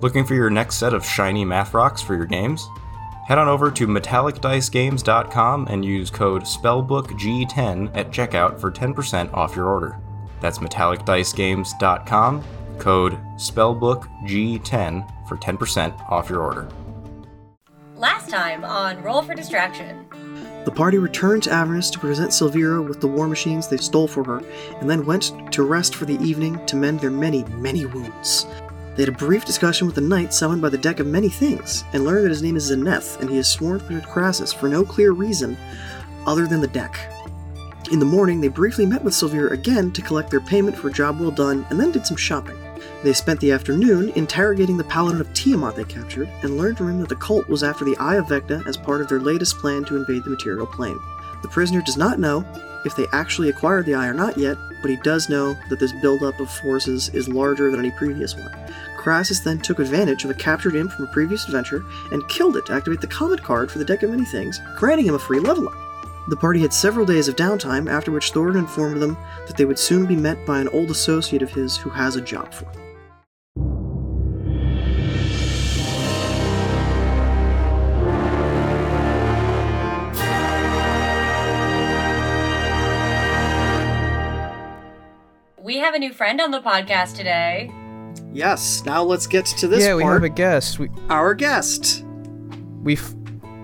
Looking for your next set of shiny math rocks for your games? Head on over to metallicdicegames.com and use code SPELLBOOKG10 at checkout for 10% off your order. That's metallicdicegames.com, code SPELLBOOKG10 for 10% off your order. Last time on Roll for Distraction. The party returned to Avernus to present Silvira with the war machines they stole for her, and then went to rest for the evening to mend their many, many wounds. They had a brief discussion with the knight summoned by the deck of many things, and learned that his name is Zeneth, and he is sworn to Crassus for no clear reason other than the deck. In the morning, they briefly met with Silvira again to collect their payment for a job well done, and then did some shopping. They spent the afternoon interrogating the paladin of Tiamat they captured, and learned from him that the cult was after the Eye of Vecna as part of their latest plan to invade the material plane. The prisoner does not know if they actually acquired the Eye or not yet, but he does know that this buildup of forces is larger than any previous one. Crassus then took advantage of a captured imp from a previous adventure and killed it to activate the comet card for the deck of many things, granting him a free level up. The party had several days of downtime, after which Thorin informed them that they would soon be met by an old associate of his who has a job for them. We have a new friend on the podcast today. Yes, now let's get to this yeah, we part. have a guest. We Our guest. we f-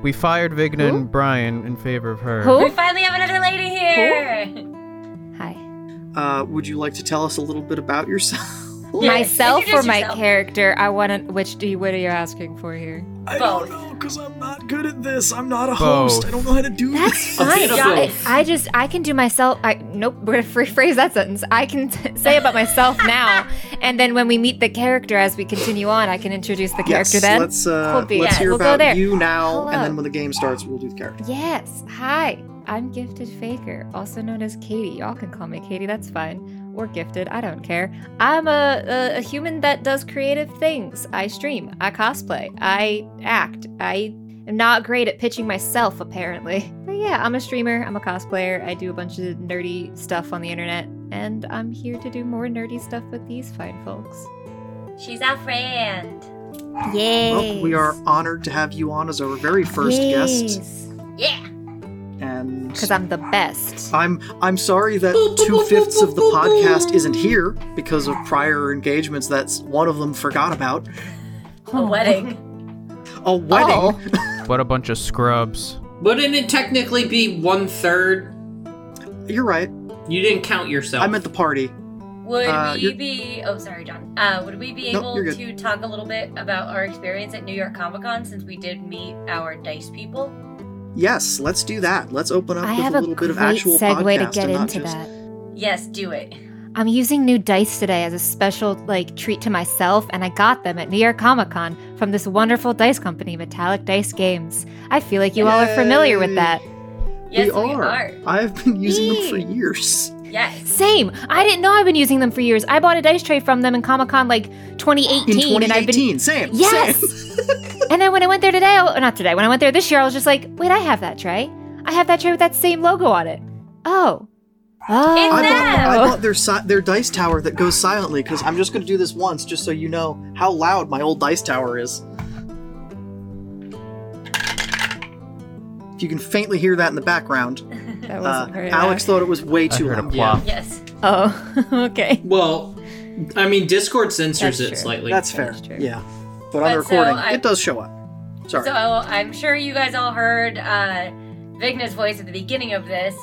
we fired Vigna Who? and Brian in favor of her. Who? We finally have another lady here. Hi. Uh, would you like to tell us a little bit about yourself? Yeah, Myself or introduce my yourself. character? I want to. Which do you? What are you asking for here? I Both. don't know because I'm not good at this. I'm not a Both. host. I don't know how to do That's this. fine. Beautiful. I, I just I can do myself. I nope. We're gonna rephrase that sentence. I can t- say about myself now, and then when we meet the character as we continue on, I can introduce the character yes, then. let's uh, Cool beans. let's Yeah, hear we'll go about there. you now, and Hello. then when the game starts, we'll do the character. Yes. Hi. I'm Gifted Faker, also known as Katie. Y'all can call me Katie. That's fine. Or Gifted. I don't care. I'm a, a, a human that does creative things. I stream. I cosplay. I act. I am not great at pitching myself, apparently. But yeah, I'm a streamer. I'm a cosplayer. I do a bunch of nerdy stuff on the internet. And I'm here to do more nerdy stuff with these fine folks. She's our friend. Yay! Well, we are honored to have you on as our very first guest, Yeah. and Because I'm the best. I'm I'm sorry that two fifths of the podcast isn't here because of prior engagements. That's one of them forgot about A wedding. a wedding. Oh. What a bunch of scrubs. Wouldn't it technically be one third? You're right. You didn't count yourself. I'm at the party. Would Uh, we you're- be oh sorry, John. Uh would we be No, able you're good. to talk a little bit about our experience at New York Comic Con since we did meet our dice people? Yes, let's do that. Let's open up I with have a a little bit great of actual segue podcast to get and not into just- that. Yes, do it. I'm using new dice today as a special like treat to myself, and I got them at New York Comic Con from this wonderful dice company, Metallic Dice Games. I feel like you all are familiar with that. Yes, we, are. I've been using them for years. Yes. Same. I didn't know I've been using them for years. I bought a dice tray from them in Comic Con like 2018, In and I've 2018, been same. same. yes. and then when I went there today, oh, not today, when I went there this year, I was just like, wait, I have that tray. I have that tray with that same logo on it. Oh, oh, I bought, I no. bought their si- their dice tower that goes silently because I'm just going to do this once, just so you know how loud my old dice tower is. If you can faintly hear that in the background, that uh, wasn't very Alex loud. thought it was way I too heard a loud. plop. Yes. Oh, okay. well, I mean, Discord censors That's it true. slightly. That's fair. That's true. yeah, but on the But so recording, I- it does show up. Sorry. So I'm sure you guys all heard uh, Vigna's voice at the beginning of this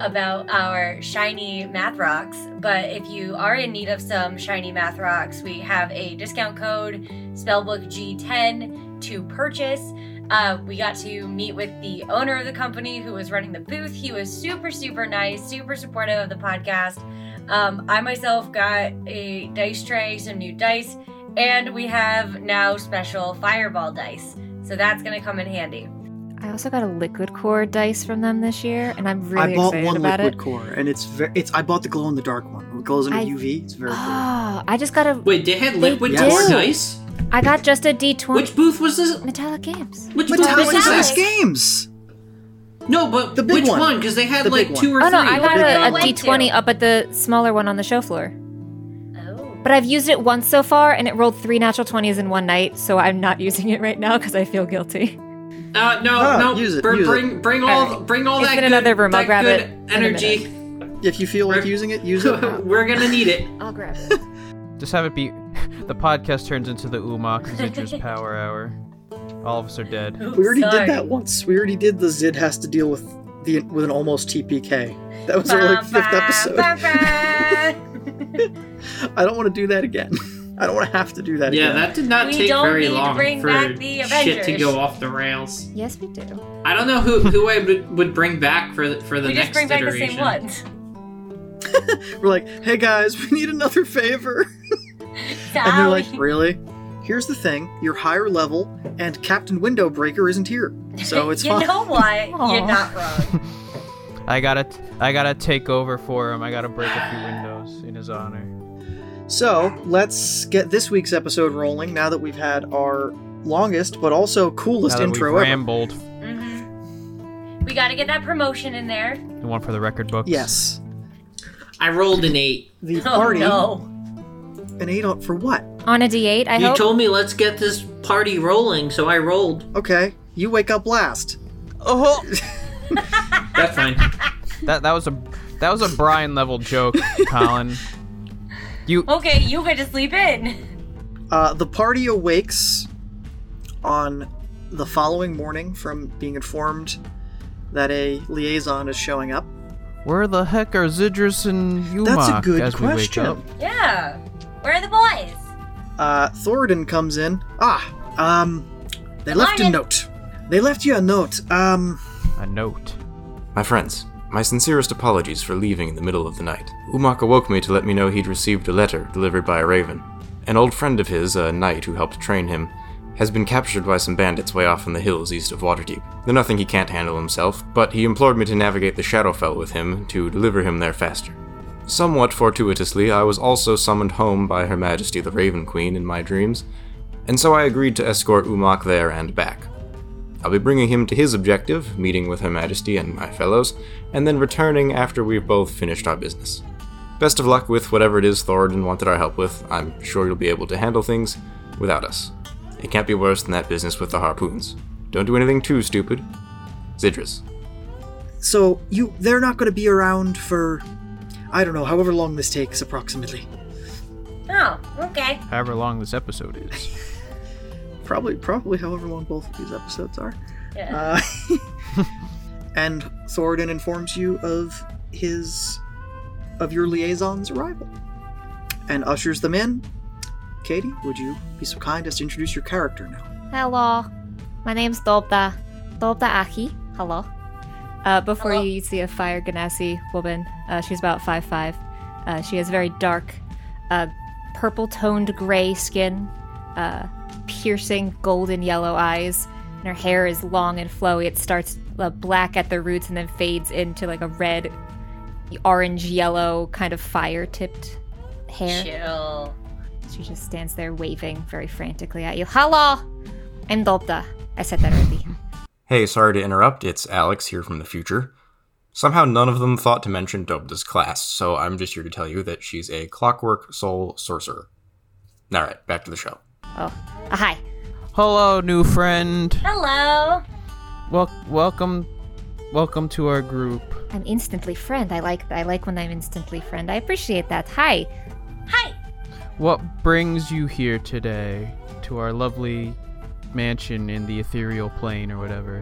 about our shiny math rocks. But if you are in need of some shiny math rocks, we have a discount code SpellbookG10 to purchase. Uh, we got to meet with the owner of the company who was running the booth. He was super, super nice, super supportive of the podcast. Um, I myself got a dice tray, some new dice, and we have now special fireball dice. So that's gonna come in handy. I also got a liquid core dice from them this year, and I'm really I bought excited one about liquid it. core, and it's very, it's. I bought the glow in the dark one. It glows under I- UV. It's very cool. Oh, I just got a. Wait, they had They liquid do. core dice. I got just a D20. Which booth was this? Metallic Games. Which booth Metallic was Dice this? Games. No, but The big which one. one? Because they had The big like one. two or Oh three. no, I got big a, one. a D20 up at the smaller one on the show floor. Oh. But I've used it once so far, and it rolled three natural 20s in one night, so I'm not using it right now because I feel guilty. Uh, no, Ah, no. use it, br- use it. bring, bring all, Alright. bring all It's that been good, another room, I'll that grab good it in a energy. If you feel like using it, use it. We're gonna need it. I'll grab it. Just have it be. The podcast turns into the Umak Zidra's Power Hour. All of us are dead. Oops, We already sorry. did that once. We already did the Zid has to deal with the with an almost TPK. That was our like fifth Ba, episode. ba, ba. I don't want to do that again. I don't want to have to do that Yeah, again. that did not We take don't very need to long bring for back the shit to Avengers. go off the rails. Yes, we do. I don't know who who I would, would bring back for the, for the we next just bring back the iteration. same ones. We're like, hey guys, we need another favor. And they're like, really? Here's the thing, you're higher level, and Captain Windowbreaker isn't here. So it's you fine. know what? You're Aw. not wrong. I gotta, I gotta take over for him. I gotta break a few windows in his honor. So let's get this week's episode rolling now that we've had our longest but also coolest now that intro we've ever. rambled, hmm We got to get that promotion in there. the one for the record books. yes. I rolled an eight. The Oh party no! an eight on for what? On a D8, I you hope. told me let's get this party rolling, so I rolled. Okay. You wake up last. Oh, Uh-huh. That's fine. that that was a, that was a Brian level joke, Colin. You Oh. Okay, you get to sleep in. Uh, the party awakes on the following morning from being informed that a liaison is showing up. Where the heck are Zidrus and Umak? That's a good as we wake up? question. Yeah. Where are the boys? Uh, Thoradin comes in. Ah, um, they left a Lion. note. They left you a note. Um, A note. My friends, my sincerest apologies for leaving in the middle of the night. Umak awoke me to let me know he'd received a letter delivered by a raven. An old friend of his, a knight who helped train him, has been captured by some bandits way off in the hills east of Waterdeep. They're nothing he can't handle himself, but he implored me to navigate the Shadowfell with him to deliver him there faster. Somewhat fortuitously, I was also summoned home by Her Majesty the Raven Queen in my dreams, and so I agreed to escort Umak there and back. I'll be bringing him to his objective, meeting with Her Majesty and my fellows, and then returning after we've both finished our business. Best of luck with whatever it is Thoradin wanted our help with. I'm sure you'll be able to handle things without us. It can't be worse than that business with the harpoons. Don't do anything too stupid. Zidris. so you, they're not going to be around for, I don't know, however long this takes approximately. Oh, okay. However long this episode is. Probably, probably however long both of these episodes are. Yeah. Uh, and Thoradin informs you of his of your liaison's arrival and ushers them in. Katie, would you be so kind as to introduce your character now? Hello. My name's Dobda. Dobda Aki. Hello. Uh, before Hello. you, you see a fire ganassi woman. Uh, she's about 5'5. Five, five. Uh, she has very dark, uh, purple toned gray skin, uh, piercing golden yellow eyes, and her hair is long and flowy. It starts uh, black at the roots and then fades into like a red, orange yellow kind of fire tipped hair. Chill. She just stands there waving very frantically at you. Hello! I'm Dobda. I said that already. Hey, sorry to interrupt. It's Alex here from the future. Somehow none of them thought to mention Dobda's class, so I'm just here to tell you that she's a clockwork soul sorcerer. Alright, back to the show. Oh, uh, hi. Hello, new friend. Hello. Wel- welcome, welcome to our group. I'm instantly friend. I like I like when I'm instantly friend. I appreciate that. Hi. Hi. What brings you here today to our lovely mansion in the ethereal plane or whatever?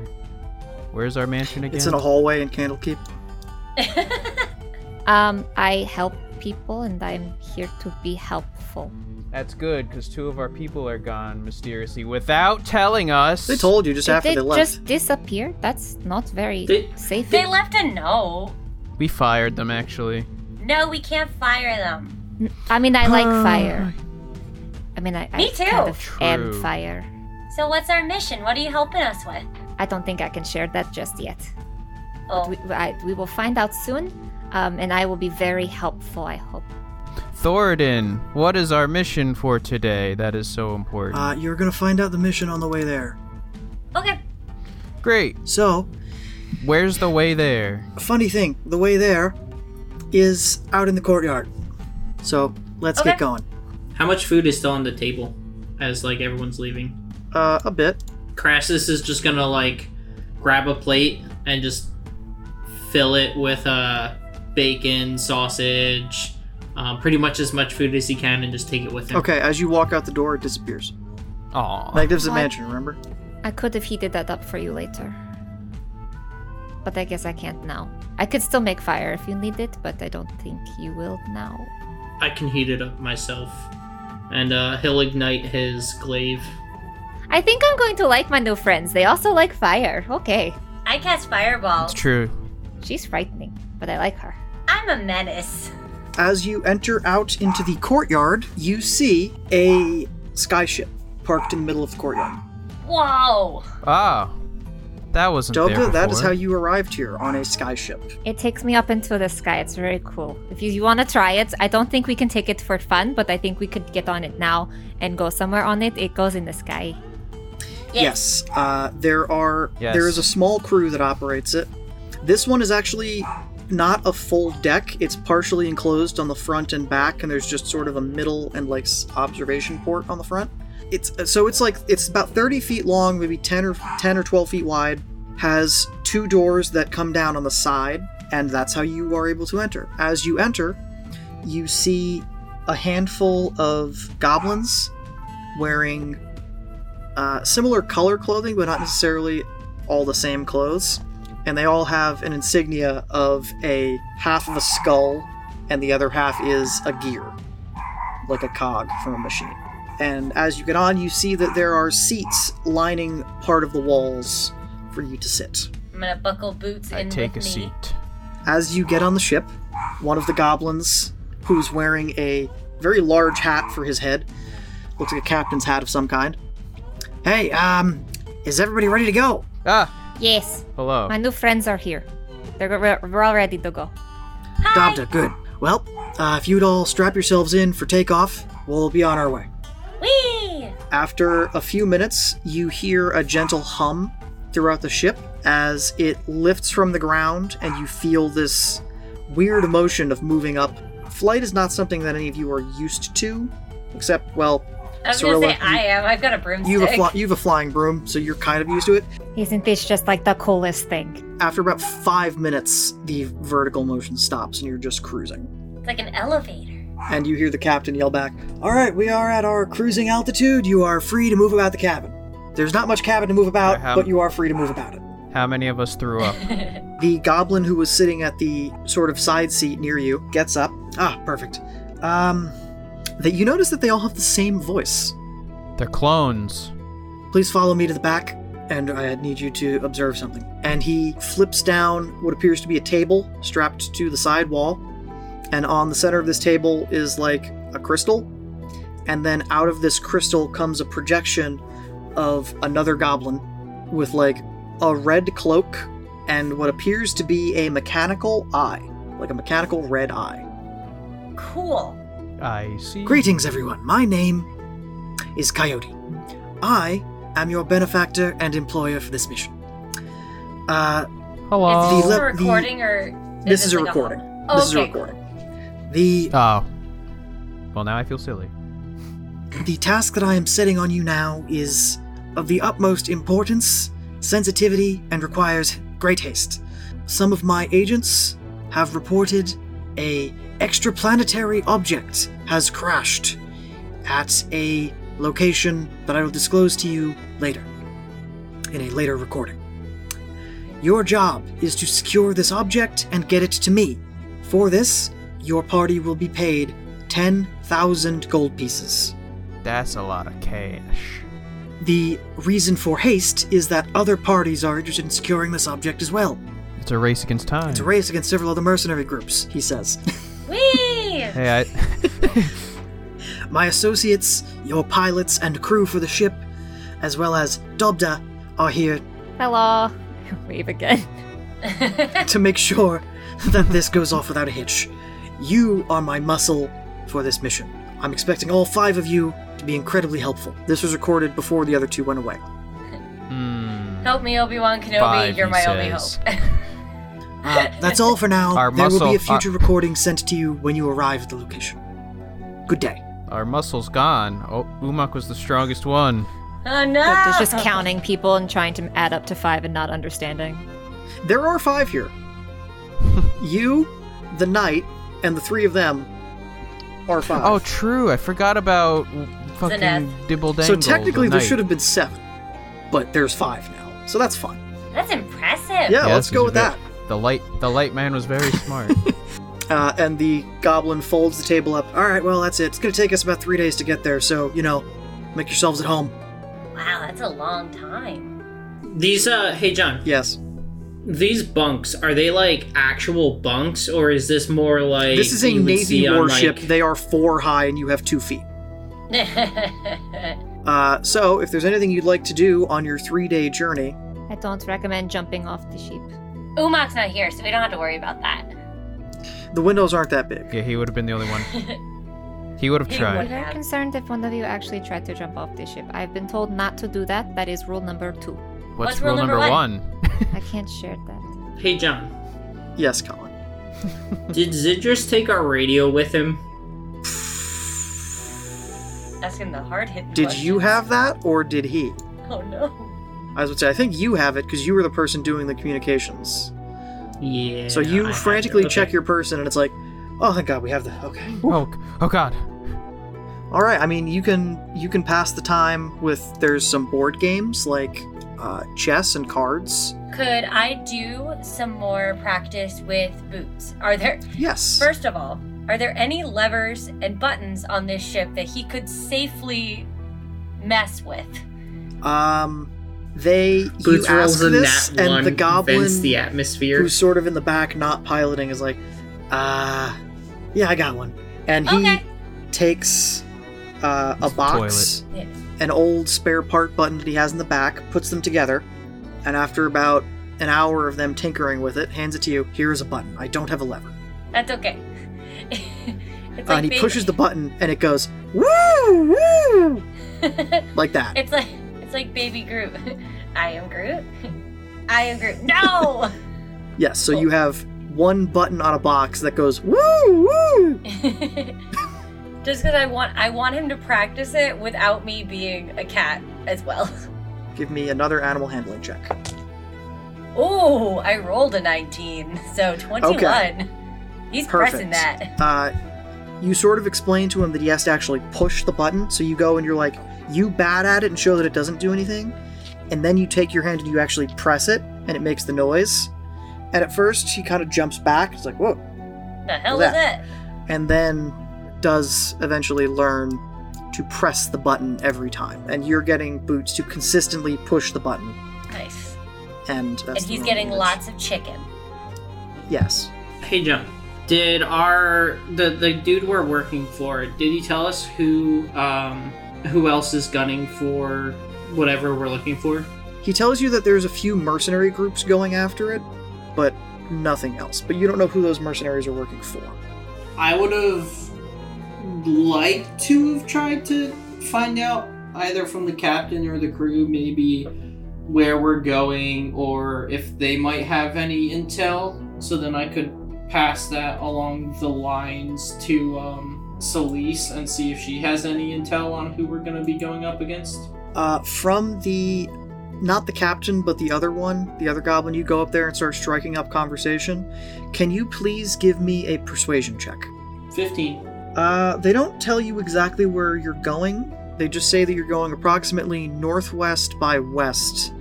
Where's our mansion again? It's in a hallway in Candlekeep. Um, I help people and I'm here to be helpful. That's good, because two of our people are gone mysteriously without telling us. They told you just after Did they they left. just disappear? That's not very They- safe. They left a note. We fired them, actually. No, we can't fire them. I mean, I like Ah. fire. I mean, I, Me I too. kind of am True. fire. So what's our mission? What are you helping us with? I don't think I can share that just yet. Oh, We, I, we will find out soon, um, and I will be very helpful. I hope. Thoradin, what is our mission for today? That is so important. Uh, you're gonna find out the mission on the way there. Oh, okay. Great. So, Where's the way there? funny thing, the way there is out in the courtyard. So let's Okay. get going. How much food is still on the table as like everyone's leaving? Uh, a bit. Crassus is just gonna like grab a plate and just fill it with uh, bacon, sausage, um, pretty much as much food as he can, and just take it with him. Okay, as you walk out the door, it disappears. Aw. Magnificent What? Mansion, remember? I could have heated that up for you later. But I guess I can't now. I could still make fire if you need it, but I don't think you will now. I can heat it up myself, and uh, he'll ignite his glaive. I think I'm going to like my new friends. They also like fire. Okay. I cast Fireball. It's true. She's frightening, but I like her. I'm a menace. As you enter out into the courtyard, you see a skyship parked in the middle of the courtyard. Whoa. Ah. That wasn't there Delta, that is before. how you arrived here on a skyship. It takes me up into the sky. It's very cool. If you, you want to try it, I don't think we can take it for fun, but I think we could get on it now and go somewhere on it. It goes in the sky. Yes, uh, there are Yes. there is a small crew that operates it. This one is actually not a full deck; it's partially enclosed on the front and back, and there's just sort of a middle and like s- observation port on the front. It's uh, so it's like it's about 30 feet long, maybe 10 or 10 or 12 feet wide. Has two doors that come down on the side, and that's how you are able to enter. As you enter, you see a handful of goblins wearing uh, similar color clothing, but not necessarily all the same clothes. And they all have an insignia of a half of a skull, and the other half is a gear, like a cog from a machine. And as you get on, you see that there are seats lining part of the walls for you to sit. I'm gonna buckle boots I in take a with me. seat. As you get on the ship, one of the goblins, who's wearing a very large hat for his head, looks like a captain's hat of some kind. Hey, um, is everybody ready to go? Ah. Yes, Hello. my new friends are here. They're go- we're- we're all ready to go. Dobda, good. Well, uh, if you'd all strap yourselves in for takeoff, we'll be on our way. Whee! After a few minutes, you hear a gentle hum throughout the ship as it lifts from the ground, and you feel this weird emotion of moving up. Flight is not something that any of you are used to, except, well, I was Cirilla, gonna say you- I am. I've got a broomstick. you have a, fly- you have a flying broom, so you're kind of used to it. Isn't this just like the coolest thing? After about five minutes, the vertical motion stops, and you're just cruising. it's like an elevator. and you hear the captain yell back, All right, we are at our cruising altitude. You are free to move about the cabin. There's not much cabin to move about, Ahem. but you are free to move about it. How many of us threw up? The goblin who was sitting at the sort of side seat near you gets up. Ah, perfect. Um, that you notice that they all have the same voice. They're clones. Please follow me to the back, and I need you to observe something. And he flips down what appears to be a table strapped to the side wall. And on the center of this table is like a crystal. And then out of this crystal comes a projection of another goblin with like a red cloak and what appears to be a mechanical eye, like a mechanical red eye. Cool. I see. Greetings, everyone. My name is Coyote. I am your benefactor and employer for this mission. Uh, Hello. Is this a The le- the- recording or? this it is a like recording. Oh, this is a okay, cool. recording. The Oh. Well, now I feel silly. the task that I am setting on you now is of the utmost importance, sensitivity, and requires great haste. Some of my agents have reported a extraplanetary object has crashed at a location that I will disclose to you later in a later recording. Your job is to secure this object and get it to me. For this, your party will be paid 10,000 gold pieces. That's a lot of cash. The reason for haste is that other parties are interested in securing this object as well. It's a race against time. It's a race against several other mercenary groups, he says. Whee! Hey, I, My associates, your pilots and crew for the ship, as well as Dobda, are here Hello. Wave again. to make sure that this goes off without a hitch. You are my muscle for this mission. I'm expecting all five of you to be incredibly helpful. This was recorded before the other two went away. mm, Help me, Obi Wan Kenobi. Five, You're he my says. only hope. Uh, that's all for now. Our there will be muscle- uh, a future our- recording sent to you when you arrive at the location. Good day. Our muscle's gone. Oh, Umak was the strongest one. Oh no! But It's just counting people and trying to add up to five and not understanding. There are five here. you, the knight, and the three of them are five. Oh, true. I forgot about w- fucking Zeneth. Dibble so Dangle. technically, the there knight. should have been seven, but there's five now, so that's fine. That's impressive. Yeah, Yes, let's go he's with ve- that. The light, the light man was very smart. Uh, and the goblin folds the table up. All right, well, that's it. It's going to take us about three days to get there, so, you know, make yourselves at home. Wow, that's a long time. These, uh, hey John, Yes. these bunks are they like actual bunks or is this more like This is a you would Navy see on, warship. like- They are four high, and you have two feet. Uh, so, if there's anything you'd like to do on your three day journey, I don't recommend jumping off the ship. Umak's not here, so we don't have to worry about that. the windows aren't that big. yeah, he would have been the only one. He would have He I'm would. tried. very concerned if one of you actually tried to jump off the ship. I've been told not to do that. That is rule number two. What's rule number one? I can't share that. hey John, Yes, Colin. did Zidris take our radio with him? Asking the hard hit. Did you have that, or did he? Oh no. I would say, I think you have it because you were the person doing the communications. Yeah. so I you had to- frantically check okay. your person, and it's like, oh, thank God, we have the okay. Oh, g- oh God. All right, I mean, you can you can pass the time with there's some board games like uh, chess and cards. Could I do some more practice with boots? Are there Yes. First of all, are there any levers and buttons on this ship that he could safely mess with? Um, they Boots you ask rolls a this, nat one, and the goblin vents the atmosphere. who's sort of in the back, not piloting, is like, uh, yeah, I got one, and he Okay. takes uh, a Toilet. box. Yeah. an old spare part button that he has in the back, puts them together, and after about an hour of them tinkering with it, hands it to you. Here is a button. I don't have a lever. That's okay. It's Uh, and he being- pushes the button, and it goes woo woo like that. it's like it's like baby Groot. I am Groot. I am Groot. No. Yes. So Oh. you have one button on a box that goes woo woo. Just because I want I want him to practice it without me being a cat as well. Give me another animal handling check. Oh, I rolled a 19, so 21. He's pressing Perfect. that. Uh, you sort of explain to him that he has to actually push the button. So you go and you're like, you bat at it and show that it doesn't do anything. And then you take your hand and you actually press it, and it makes the noise. And at first, he kind of jumps back. It's like, whoa. The hell is That. it? And then does eventually learn to press the button every time. And you're getting Boots to consistently push the button. Nice. And, that's and he's the getting language. lots of chicken. Yes. Hey John, did our the the dude we're working for? Did he tell us who um who else is gunning for whatever we're looking for? He tells you that there's a few mercenary groups going after it, but nothing else. But you don't know who those mercenaries are working for. I would have liked to have tried to find out either from the captain or the crew maybe where we're going or if they might have any intel so then I could pass that along the lines to um Celise and see if she has any intel on who we're going to be going up against. Uh, from the, not the captain, but the other one, the other goblin, you go up there and start striking up conversation. Can you please give me a persuasion check? 15. Uh, they don't tell you exactly where you're going. They just say that you're going approximately northwest by west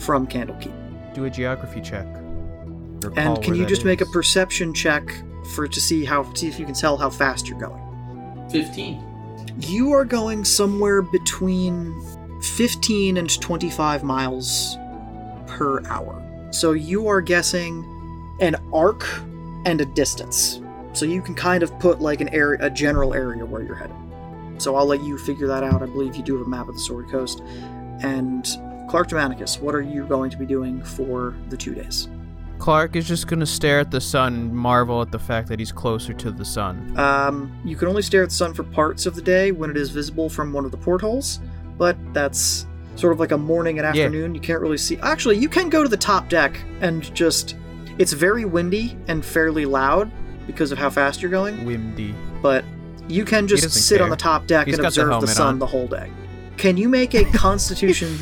from Candlekeep. Do a geography check. Recall And can Oh, where you that just make a is. perception check for to see how see if you can tell how fast you're going? 15. You are going somewhere between 15 and 25 miles per hour. So you are guessing an arc and a distance. So you can kind of put like an area, a general area where you're headed. So I'll let you figure that out. I believe you do have a map of the Sword Coast. And Clark Germanicus, what are you going to be doing for the two days? Clark is just gonna stare at the sun and marvel at the fact that he's closer to the sun. Um, you can only stare at the sun for parts of the day when it is visible from one of the portholes, but that's sort of like a morning and Yeah. afternoon. You can't really see. Actually, you can go to the top deck and just. It's very windy and fairly loud because of how fast you're going, Windy. but You can just doesn't sit on care. the top deck He's and got the observe the, helmet sun on. the whole day. Can you make a Constitution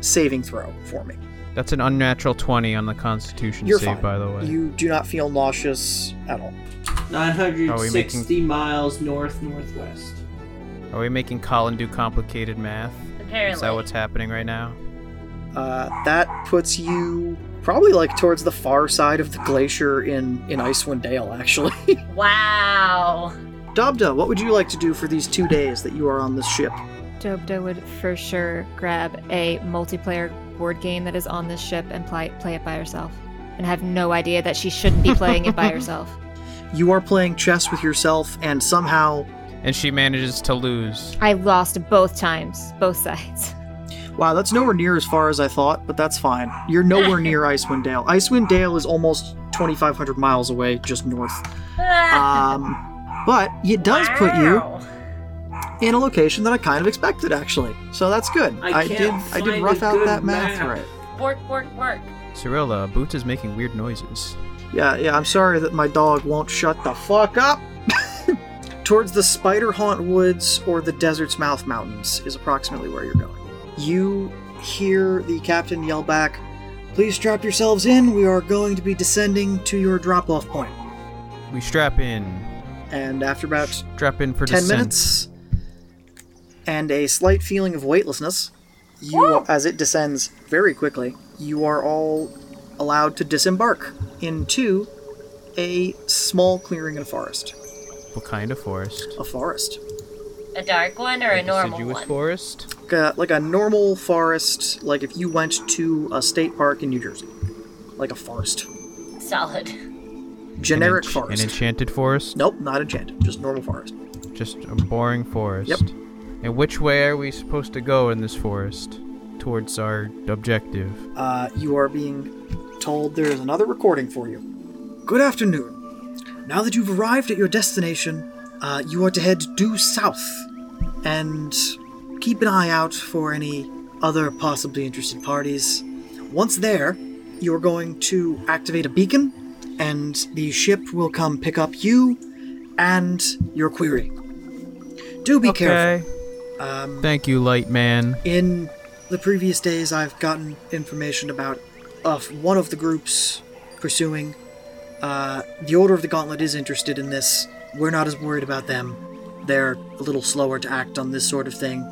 saving throw for me? That's an unnatural 20 on the Constitution You're save, fine. by the way. You do not feel nauseous at all. Are we 960 making- miles north northwest. Are we making Colin do complicated math? Apparently. Is that what's happening right now? Uh, that puts you probably like towards the far side of the glacier in in Icewind Dale, actually. Wow. Dobda, what would you like to do for these two days that you are on this ship? Dobda would for sure grab a multiplayer board game that is on this ship and play, play it by herself. And have no idea that she shouldn't be playing it by herself. You are playing chess with yourself, and somehow, And she manages to lose. I lost both times, both sides. wow, that's nowhere near as far as I thought, but that's fine. You're nowhere near Icewind Dale. Icewind Dale is almost 2,500 miles away, just north. Um, but it does put you Wow. in a location that I kind of expected, actually. So that's good. I can't did I find did a rough out good that math map. right. Work, work, work. Cyril, uh, Boots is making weird noises. Yeah, yeah, I'm sorry that my dog won't shut the fuck up. Towards the Spider Haunt Woods or the Desert's Mouth Mountains is approximately where you're going. You hear the captain yell back, Please strap yourselves in. We are going to be descending to your drop off point. We strap in. And after about Strap in for 10 descent. minutes and a slight feeling of weightlessness you as it descends very quickly you are all allowed to disembark into a small clearing in a forest What kind of forest? a forest A dark one or a normal Deciduous one? forest? like a, like a normal forest like if you went to a state park in new jersey like a forest Solid. An generic ench- forest An enchanted forest? nope not enchanted just normal forest Just a boring forest. Yep. And which way are we supposed to go in this forest? Towards our objective. Uh, you are being told there is another recording for you. Good afternoon. Now that you've arrived at your destination, uh, you are to head due south and keep an eye out for any other possibly interested parties. Once there, you're going to activate a beacon, and the ship will come pick up you and your query. Do be careful. Um, Thank you, Light Man. in the previous days, I've gotten information about of one of the groups pursuing. Uh, the Order of the Gauntlet is interested in this. We're not as worried about them. They're a little slower to act on this sort of thing,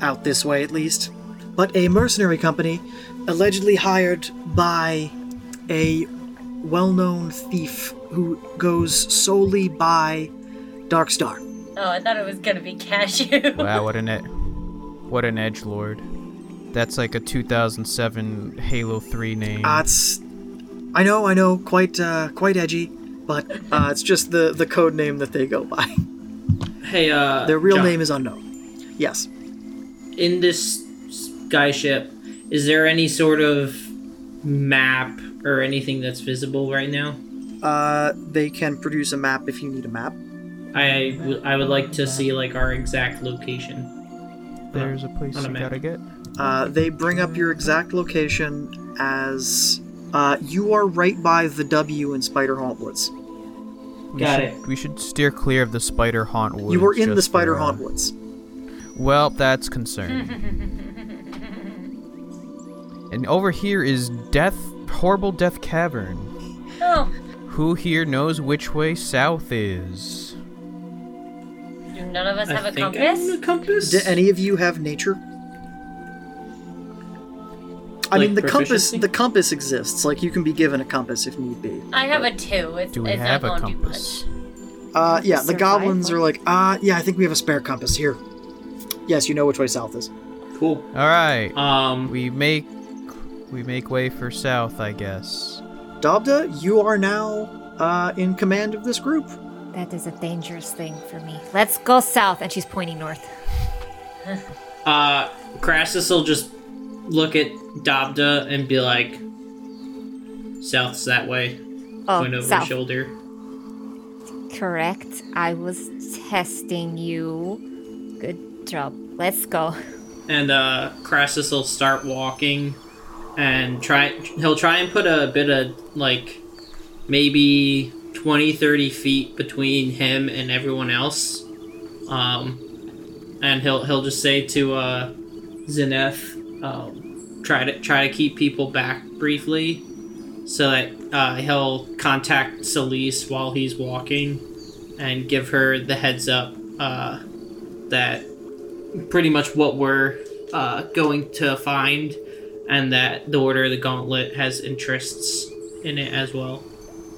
out this way at least. But a mercenary company, allegedly hired by a well known thief who goes solely by Darkstar. Oh, I thought it was gonna be cashew. Wow, what an ed- what an edge lord. That's like a 2007 Halo 3 name. Uh, it's, I know, I know, quite, uh, quite edgy, but uh, it's just the the code name that they go by. Hey, uh. Their real John, name is unknown. Yes, In this skyship, is there any sort of map or anything that's visible right now? uh, they can produce a map if you need a map. I, w- I would like to see, like, our exact location. There's a place on a you map. gotta get. Uh, they bring up your exact location as uh, you are right by the W in Spider Haunt Woods. We Got should, it. We should steer clear of the Spider Haunt Woods. you were in the just for, Spider uh, Haunt Woods. Well, that's Hmm. concerning. and over here is Death, horrible Death Cavern. Oh, Who here knows which way south is? do none of us have I a think compass? I'm a compass. Do any of you have nature? I mean, Like the compass. proficiency? The compass exists. Like you can be given a compass if need be. I have a two. It's, Do we it's have a not going to do compass? much. Uh, yeah, the Survival. goblins are like, uh, yeah, I think we have a spare compass here. Yes, you know which way south is. Cool. All right, Um, we make we make way for south, I guess. Dobda, you are now uh, in command of this group. That is a dangerous thing for me. Let's go south. And she's pointing north. uh, Crassus will just look at Dobda and be like, South's that way. Point Oh, over south. shoulder. Correct. I was testing you. Good job. Let's go. and uh, Crassus will start walking and try. He'll try and put a bit of like maybe 20, 30 feet between him and everyone else. Um, and he'll he'll just say to uh, Zenef, um, try to try to keep people back briefly, so that uh, he'll contact Celise while he's walking, and give her the heads up uh, that pretty much what we're uh, going to find, and that the Order of the Gauntlet has interests in it as well.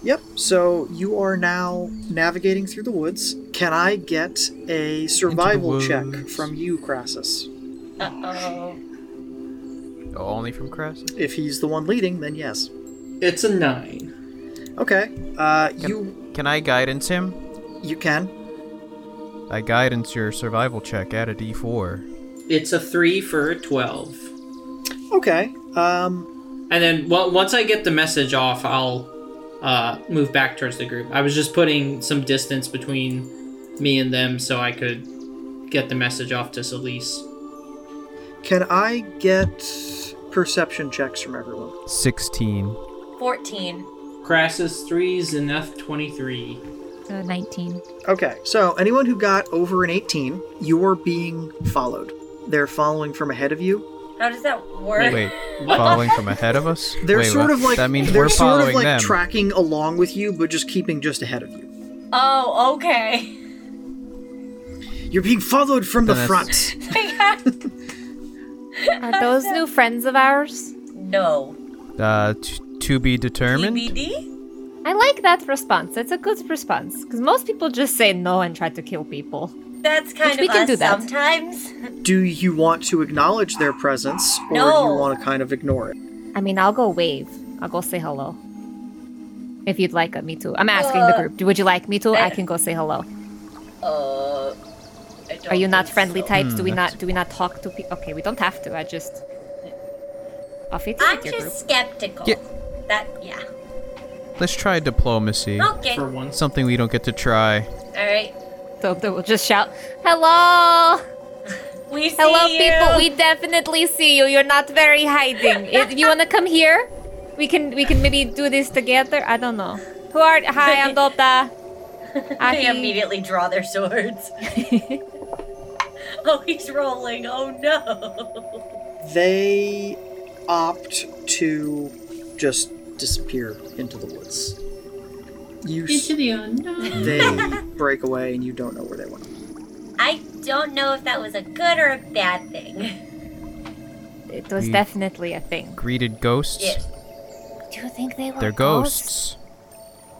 Yep. So you are now navigating through the woods. Can I get a survival check woods. from you, Crassus? Uh oh. Oh, Only from Crassus. If he's the one leading, then yes. It's a nine. Okay. Uh, you Can I guidance him? you can. I guidance your survival check at a d4. It's a three for a twelve. Okay. Um, And then well, once I get the message off, I'll uh, move back towards the group. I was just putting some distance between me and them so I could get the message off to Celise. can I get perception checks from everyone? 16. 14. Crassus three, Zeneth twenty three. Uh, 19. Okay, so anyone who got over an 18, you're being followed. They're following from ahead of you. How does that work? Wait, following from ahead of us? They're Wait, sort what? of like that means they're we're sort following of like them. tracking along with you, but just keeping just ahead of you. Oh, okay. You're being followed from the Then that's- front. Are those new friends of ours? no. E uh, t- to be determined. TBD? I like that response. That's a good response. Because most people just say no and try to kill people. That's kind we of can us do that. sometimes. Do you want to acknowledge their presence, or do No. you want to kind of ignore it? I mean, I'll go wave. I'll go say hello. If you'd like uh, eh, me to. I'm asking the Uh, group. Would you like me to? I uh, can go say hello. Uh, I don't Are you not think friendly so. types? Hmm, do we that's- not do we not talk to people? Okay, we don't have to. I just off it I'm with your just group. skeptical. Yeah. That, yeah. Let's try diplomacy. Okay. For once, Something we don't get to try. Alright. So they will just shout, "Hello, We see hello, you. people! We definitely see you. You're not very hiding. if you wanna come here, we can we can maybe do this together. I don't know. Who are? Hi, I'm Dota. They Ahi. immediately draw their swords. oh, he's rolling. Oh no. They opt to just disappear into the woods. You s- into the unknown. they break away, and you don't know where they went. I don't know if that was a good or a bad thing. It was We- definitely a thing. Greeted ghosts. Yeah. Do you think they were? They're ghosts.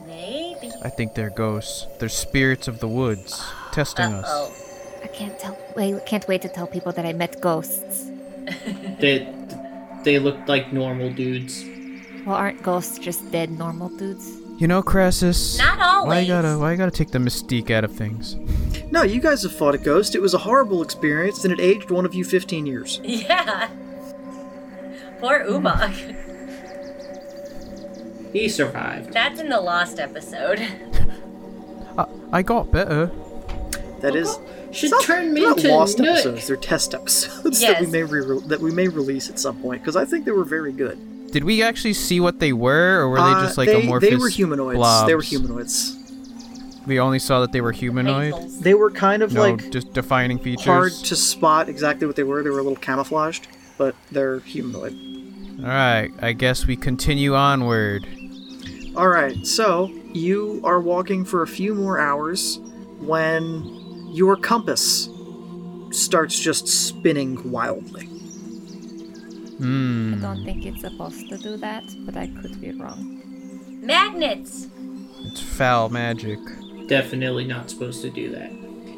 Maybe. I think they're ghosts. They're spirits of the woods testing Uh us. oh. I can't tell. I can't wait to tell people that I met ghosts. They they looked like normal dudes. Well, aren't ghosts just dead, normal dudes? You know, Crassus. Not Why always. you gotta why you gotta take the mystique out of things? No, you guys have fought a ghost. It was a horrible experience, and it aged one of you 15 years. Yeah. Poor Umak. He survived. That's in the last episode. I, I got better. That is. It's Should not- turn me they're not into lost nut. episodes. They're test episodes that we Yes. may re- that we may release at some point because I think they were very good. Did we actually see what they were, or were Uh, they just like amorphous? They were humanoids. Blobs? They were humanoids. We only saw that they were humanoid. Painful. They were kind of No, like just defining features. hard to spot exactly what they were. They were a little camouflaged, but they're humanoid. All right, I guess we continue onward. All right, so you are walking for a few more hours when your compass starts just spinning wildly. I Hmm. don't think it's supposed to do that, but I could be wrong. Magnets. It's foul magic. Definitely not supposed to do that.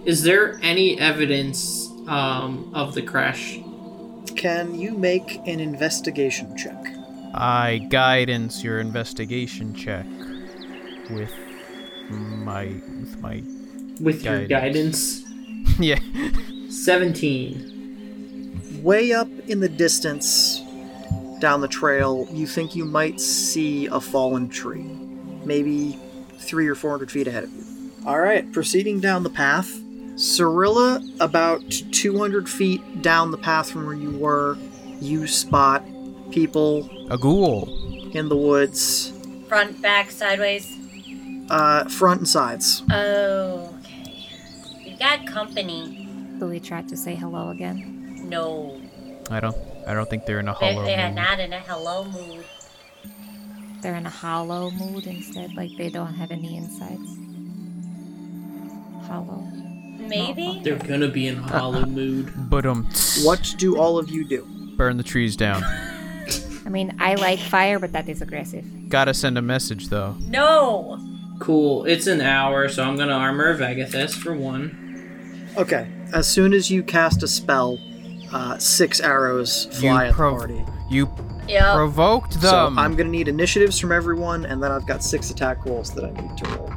Is there any evidence um, of the crash? Can you make an investigation check? I guidance your investigation check with my with my With your Guidance. guidance, yeah. seventeen. Way up in the distance, down the trail, you think you might see a fallen tree, maybe three or four hundred feet ahead of you. All right, proceeding down the path, Cyrilla, about 200 feet down the path from where you were, you spot people A ghoul. in the woods. Front, back, sideways. uh, front and sides. Okay. You got company. Lily tried to say hello again. No. I don't. I don't think they're in a They, hollow. they are mood. not in a hello mood. They're in a hollow mood instead, like they don't have any insights. Hollow. Maybe? They're gonna be in a hollow mood. But um, What do all of you do? Burn the trees down. I mean, I like fire, but that is aggressive. Gotta send a message though. No! Cool. It's an hour, so I'm gonna armor of Agathis for one. Okay. As soon as you cast a spell, uh, six arrows fly you at prov- the party. You Yep. provoked So them. I'm gonna need initiatives from everyone, and then I've got six attack rolls that I need to roll.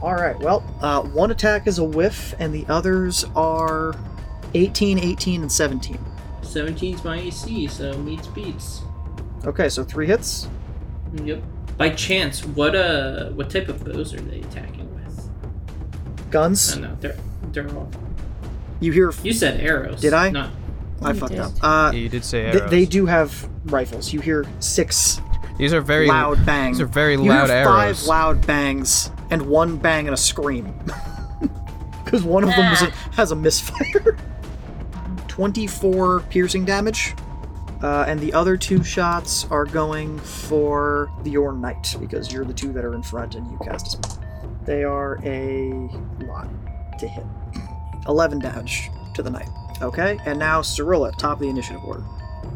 All right. Well, uh, one attack is a whiff, and the others are 18, 18, and 17. 17's my AC, so meets beats. Okay, so three hits. Yep. By chance, what uh, what type of bows are they attacking with? I Guns. don't know. They're they're all. You hear? You said arrows. Did I? Not I You fucked did. up. Uh, Yeah, you did say th- arrows. they do have rifles. You hear six These are very loud bangs. These are very you loud hear arrows. Five loud bangs and one bang and a scream. Because one of them was a, has a misfire. 24 piercing damage. Uh, and the other two shots are going for your knight, because you're the two that are in front and you cast a spell. They are a lot to hit. 11 damage to the knight. Okay, and now Cirilla, top of the initiative order.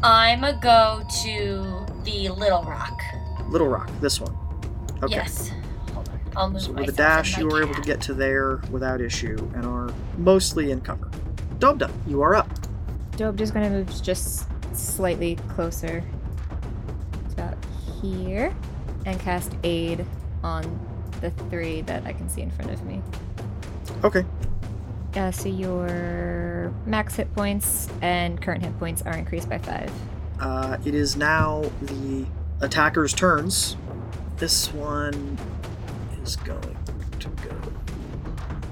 I'm a go to the Little Rock. Little Rock, this one. Okay. Yes. Hold on. I'll move So with a myself dash, if I you were able to can. get to there without issue and are mostly in cover. Dobda, you are up. Job just gonna move just slightly closer. It's about here. And cast aid on the three that I can see in front of me. Okay. Uh, so your max hit points and current hit points are increased by five. Uh, it is now the attacker's turns. This one is going to go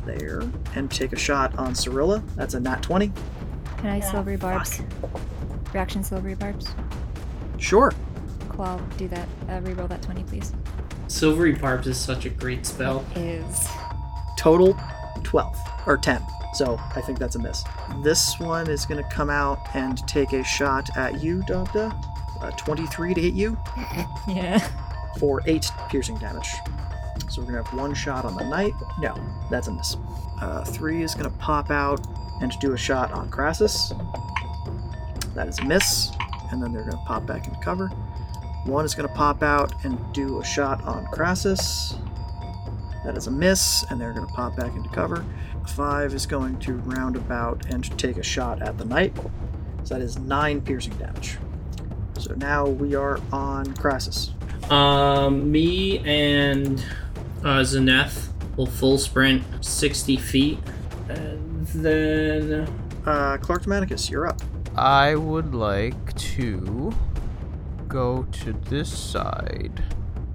there and take a shot on Cirilla. That's a nat 20. Can I Yeah, silvery barbs? Reaction silvery barbs. Sure. Qual, do that. Uh, reroll that 20, please. silvery barbs is such a great spell. Is Total 12 or 10. So I think that's a miss. This one is going to come out and take a shot at you, Dobda. Uh, 23 to hit you. yeah. for eight piercing damage. So we're gonna have one shot on the knight. No, that's a miss. Uh, three is gonna pop out and do a shot on Crassus. That is a miss, and then they're gonna pop back into cover. One is gonna pop out and do a shot on Crassus. That is a miss, and they're gonna pop back into cover. Five is going to round about and take a shot at the knight. So that is nine piercing damage. So now we are on Crassus. Um, me and uh, Zeneth will full sprint 60 feet. And then Uh, Clark Dramaticus, you're up. I would like to go to this side,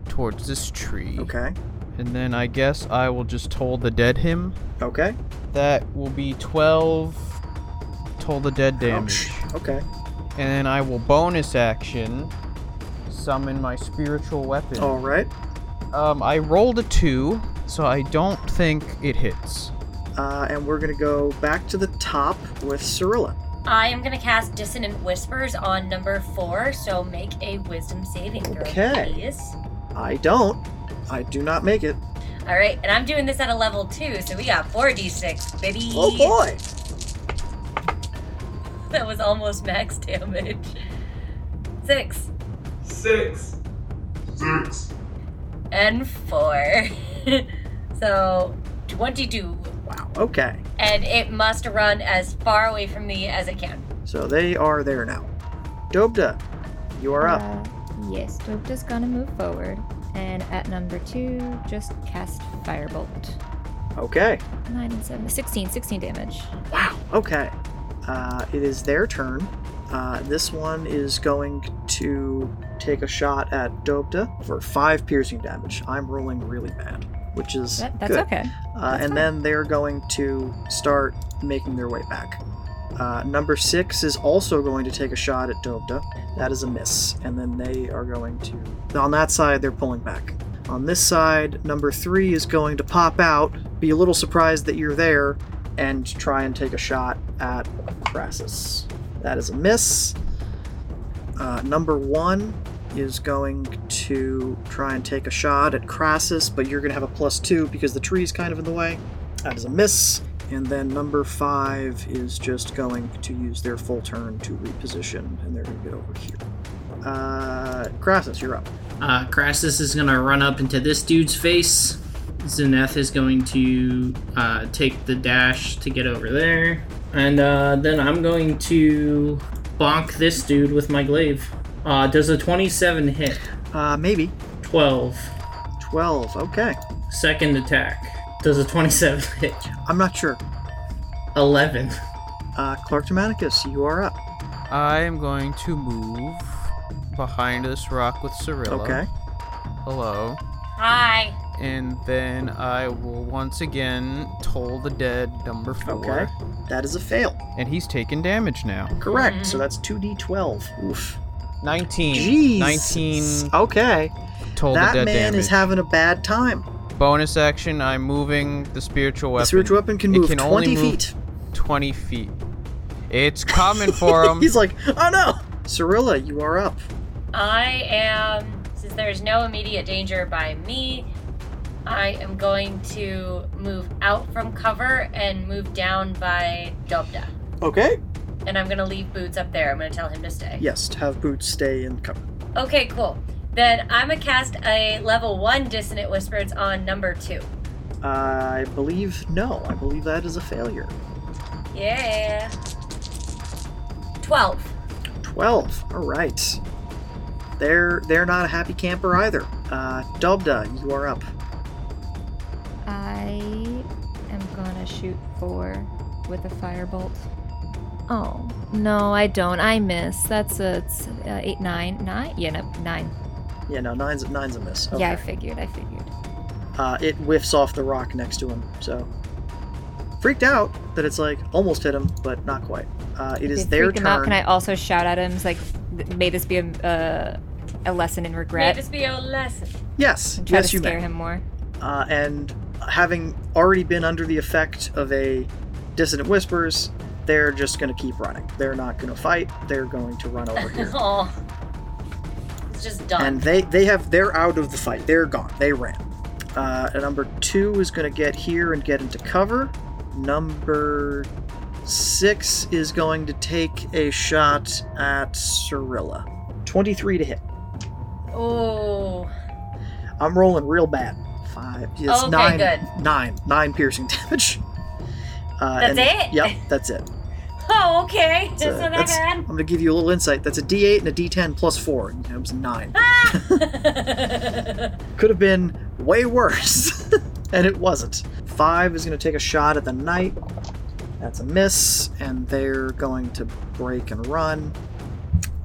towards this tree. Okay. And then I guess I will just toll the dead him. Okay. That will be 12 toll the dead damage. Ouch. Okay. And then I will bonus action summon my spiritual weapon. All right. Um, I rolled a 2, so I don't think it hits. Uh, and we're gonna go back to the top with Cirilla. I am going to cast Dissonant Whispers on number four, so make a wisdom saving throw, Okay. please. I don't. I do not make it. All right, and I'm doing this at a level two, so we got 4d6, baby. Oh boy. That was almost max damage. Six Six. Six. and four. so 22. Wow. Okay. And it must run as far away from me as it can. So they are there now. Dobda, you are up. Uh, yes, Dope just gonna move forward. And at number two, just cast Firebolt. Okay. 9 and 7, 16, 16 damage. Okay. Uh, it is their turn. Uh, this one is going to take a shot at Dobda for five piercing damage. I'm rolling really bad, which is That, that's good. okay. Uh, That's and fine. then they're going to start making their way back. Uh, number six is also going to take a shot at Dobda. That is a miss. And then they are going to. On that side, they're pulling back. On this side, number three is going to pop out, be a little surprised that you're there, and try and take a shot at Crassus. That is a miss. Uh, number one is going to try and take a shot at Crassus, but you're going to have a plus two because the tree's kind of in the way. That is a miss. And then number five is just going to use their full turn to reposition, and they're going to get over here. Uh, Crassus, you're up. Uh, Crassus is gonna run up into this dude's face. Zeneth is going to uh, take the dash to get over there, and uh, then I'm going to bonk this dude with my glaive. Uh, does a 27 hit? Uh, maybe 12. 12. Okay. Second attack. Does a 27 hit? I'm not sure. 11. Uh, Clark Germanicus, you are up. I am going to move behind this rock with Cirilla. Okay. Hello. Hi. And then I will once again toll the dead number four. Okay. That is a fail. And he's taking damage now. Correct. So that's 2d12. Oof. 19. Jeez. 19 Okay. toll that the dead man damage. is having a bad time. Bonus action, I'm moving the spiritual weapon. The spiritual weapon can move it can 20 only move feet. 20 feet. It's coming for him. He's like, oh no! Cirilla, you are up. I am, since there's no immediate danger by me, I am going to move out from cover and move down by Dobda. Okay. And I'm going to leave Boots up there. I'm going to tell him to stay. Yes, to have Boots stay in cover. Okay, cool. Then I'm going to cast a level one Dissonant Whispers on number two. I believe no. I believe that is a failure. Yeah. 12. 12. All right. They're they're not a happy camper either. Uh, Dubda, you are up. I am gonna shoot four with a firebolt. Oh no, I don't. I miss. That's a it's, uh, eight, nine, nine. Yeah, no, nine. Yeah, no, nine's nine's a miss. Okay. Yeah, I figured. I figured. uh, it whiffs off the rock next to him. So freaked out that it's like almost hit him, but not quite. Uh, it is Did their freak him out. turn. Can I also shout at him? It's like, th- may this be a uh, a lesson in May regret. this be a lesson. Yes, and try yes, to you scare may. him more. Uh, and having already been under the effect of a dissonant whispers, they're just going to keep running. They're not going to fight. They're going to run over here. Oh. It's just dumb. and they they have they're out of the fight they're gone they ran uh, and number two is going to get here and get into cover number six is going to take a shot at Cirilla. 23 to hit Ooh. i'm rolling real bad five it's Oh, Okay, nine good. nine nine piercing damage uh, That's and- it? yep that's it Oh, okay. It's So not that that's- i'm going to give you a little insight that's a d8 and a d10 plus four and it was nine bad. could have been way worse, and it wasn't. Five is going to take a shot at the knight. That's a miss, and they're going to break and run.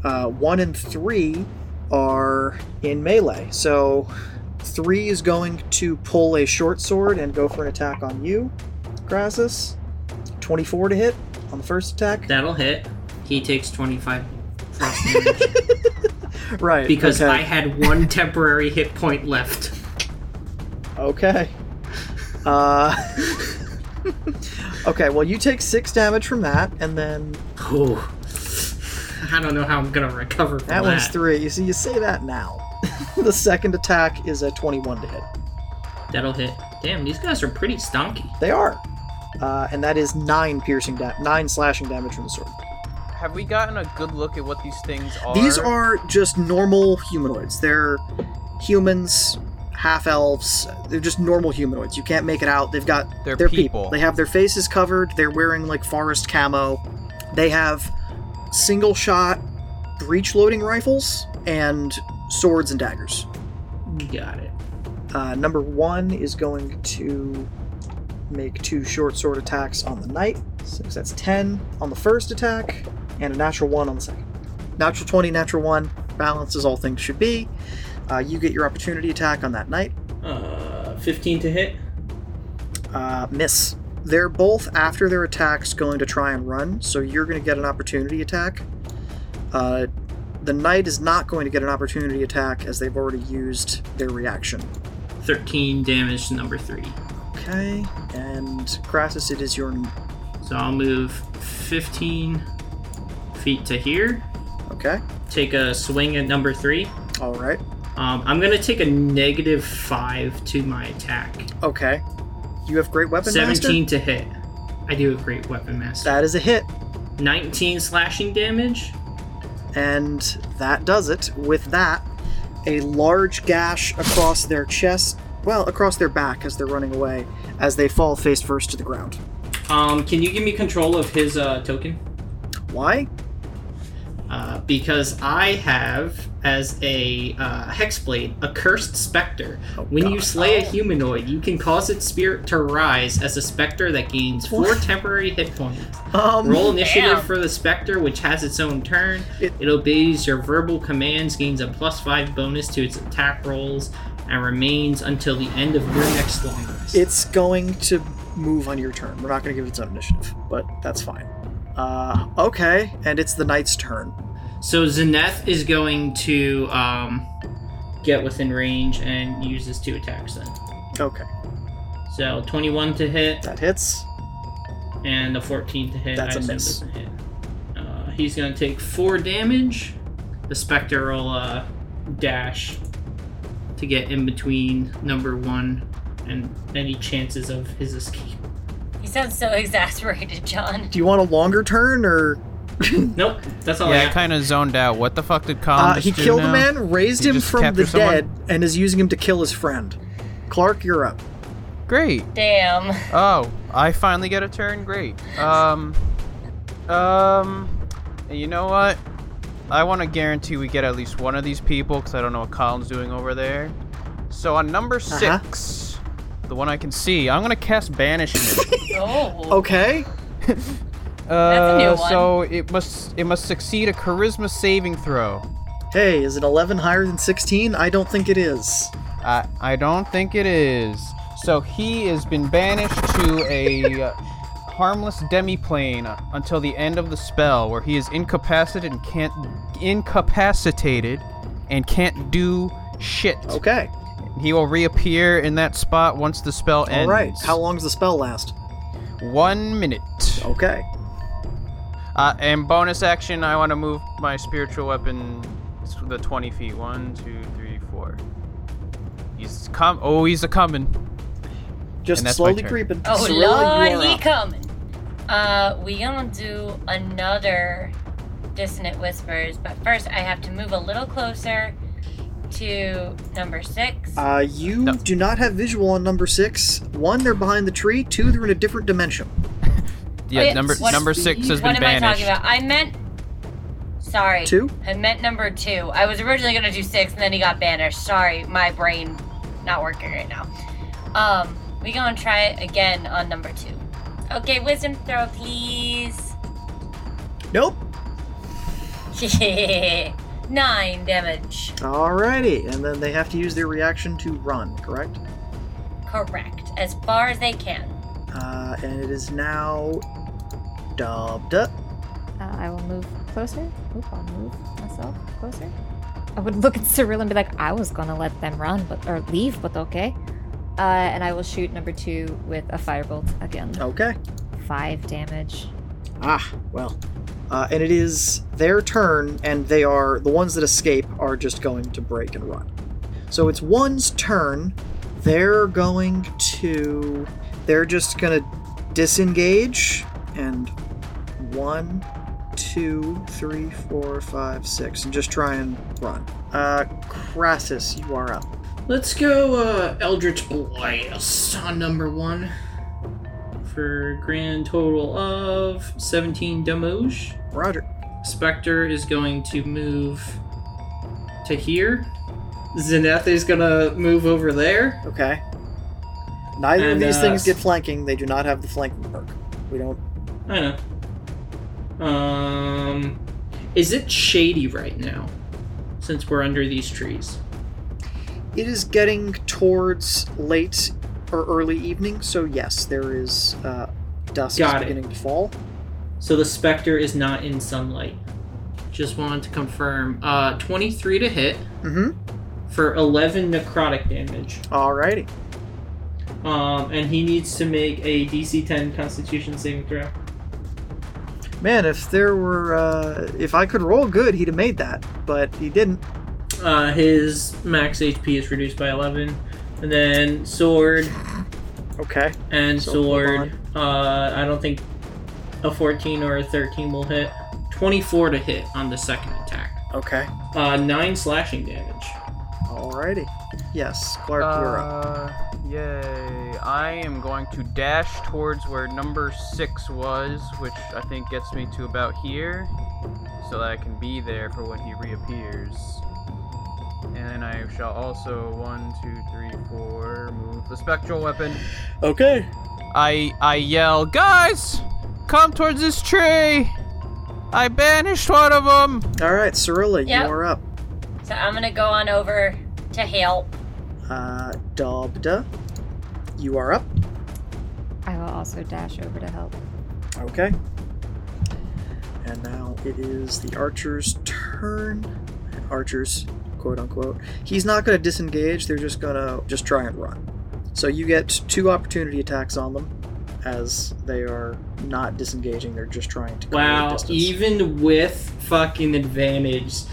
Uh, one and three are in melee, so three is going to pull a short sword and go for an attack on you, Crassus. 24 to hit on the first attack. That'll hit. He takes 25 frost damage right. because okay. I had one temporary hit point left. Okay. Uh, okay, well, you take six damage from that, and then Ooh. I don't know how I'm gonna recover from that that. one's three. You see, you say that now. the second attack is a 21 to hit. That'll hit. Damn, these guys are pretty stonky. They are. Uh, and that is nine piercing damage, nine slashing damage from the sword. Have we gotten a good look at what these things are? These are just normal humanoids. They're humans, half elves. They're just normal humanoids. You can't make it out. They've got They're they're people. They have their faces covered. They're wearing like forest camo. They have single shot breech loading rifles and swords and daggers. Got it. Uh, number one is going to make two short sword attacks on the knight. Six, that's 10 on the first attack, and a natural one on the second. Natural 20, natural one, balance as all things should be. Uh, you get your opportunity attack on that knight. Uh, 15 to hit. Uh, miss. They're both, after their attacks, going to try and run, so you're going to get an opportunity attack. Uh, the knight is not going to get an opportunity attack as they've already used their reaction 13 damage to number three. Okay. And Crassus, it is your. So I'll move 15 feet to here. Okay. Take a swing at number three. All right. Um, I'm gonna take a negative five to my attack. Okay. You have great weapon Seventeen master. to hit. I do a great weapon master. That is a hit, Nineteen slashing damage. and that does it. With that, a large gash across their chest. Well, across their back as they're running away, as they fall face first to the ground. Um, can you give me control of his uh, token? Why? Uh, because I have as a uh, hexblade a cursed specter. when you slay a humanoid, you can cause its spirit to rise as a specter that gains four temporary hit points. Um, Roll initiative Damn. for the specter, which has its own turn. It- It, obeys your verbal commands, gains a plus five bonus to its attack rolls, and remains until the end of your next long rest. It's going to move on your turn. We're not going to give it its own initiative, but that's fine. Uh, okay, and it's the knight's turn. so Zeneth is going to um, get within range and use his two attacks then. Okay, So 21 to hit that hits. and a 14 to hit. That's I a assume miss. doesn't hit. Uh, he's going to take four damage. The Spectre will uh, dash to get in between number one and any chances of his escape. You sound so exasperated, John. Do you want a longer turn or? Nope, that's all yeah, I I got. kind of zoned out. What the fuck did Colin Uh, just he do killed now? a man, raised He him just from the captured someone? dead, and is using him to kill his friend. Clark, you're up. Great. Damn. Oh, I finally get a turn. Great. Um, um, you know what? I want to guarantee we get at least one of these people because I don't know what Colin's doing over there. So on number Uh-huh. 6 the one I can see, I'm gonna cast banishment. Oh. Okay. uh, That's a new one. So it must it must succeed a charisma saving throw. Hey, is it 11 higher than 16? I don't think it is. I I don't think it is. So he has been banished to a uh, harmless demiplane until the end of the spell, where he is incapacitated and can't incapacitated and can't do shit. Okay. He will reappear in that spot once the spell All ends. right. How long does the spell last? One minute. Okay. Uh, and bonus action, I want to move my spiritual weapon s- the 20 feet. One, two, three, four. He's come. Oh, he's a coming. Just And that's my slowly turn. creeping. Oh, Cirilla, you Lord, are he up. coming. Uh, we gonna do another dissonant whispers, but first I have to move a little closer to number six. Uh, you No. do not have visual on number six. One, they're behind the tree. Two, they're in a different dimension. Yeah, Wait, number Oh, what- number six has what been am I talking banished. about? I meant. Sorry. Two? I meant number two. I was originally gonna do six, and then he got banished. Sorry, my brain not working right now. Um, we gonna try it again on number two. Okay, wisdom throw, please. Nope. Nine damage. Alrighty. And then they have to use their reaction to run, correct? Correct. As far as they can. Uh, and it is now dubbed up. Uh, I will move closer. Oop, I'll move myself closer. I would look at Cyril and be like, I was gonna let them run, but or leave, but okay. Uh, and I will shoot number two with a firebolt again. Okay. Five damage. Ah, well. Uh, and it is their turn, and they are the ones that escape are just going to break and run. So it's one's turn. They're going to. They're just going to disengage, and one, two, three, four, five, six, and just try and run. Uh, Crassus, you are up. Let's go uh, Eldritch Blast on number one for a grand total of 17 damage. Roger. Spectre is going to move to here. Zeneth is gonna move over there. Okay. Neither And, of these uh, things get flanking. They do not have the flanking perk. We don't. I know. Um, is it shady right now? Since we're under these trees. It is getting towards late or early evening, so yes, there is uh, dusk is Got it. beginning to fall. So the Spectre is not in sunlight. Just wanted to confirm. Uh, 23 to hit, Mm-hmm. for 11 necrotic damage. Alrighty. Um, and he needs to make a DC 10 Constitution saving throw. Man, if there were, uh, if I could roll good, he'd have made that, but he didn't. Uh, his max HP is reduced by 11. And then sword Okay. and So hold sword. Uh, I don't think a 14 or a 13 will hit. 24 to hit on the second attack. Okay. Uh, 9 slashing damage. Alrighty. Yes, Clark, you're up. Uh, Yay. I am going to dash towards where number six was, which I think gets me to about here, so that I can be there for when he reappears. And then I shall also one, two, three, four, move the spectral weapon. Okay. I I yell, guys, come towards this tree. I banished one of them. Alright, Cirilla, Yep. you are up. So I'm gonna go on over to help. Uh, Dobda, you are up. I will also dash over to help. Okay. And now it is the archer's turn. Archer's quote unquote. He's not going to disengage, they're just going to just try and run. So you get two opportunity attacks on them as they are not disengaging, they're just trying to clear the Wow, distance. even with fucking advantage,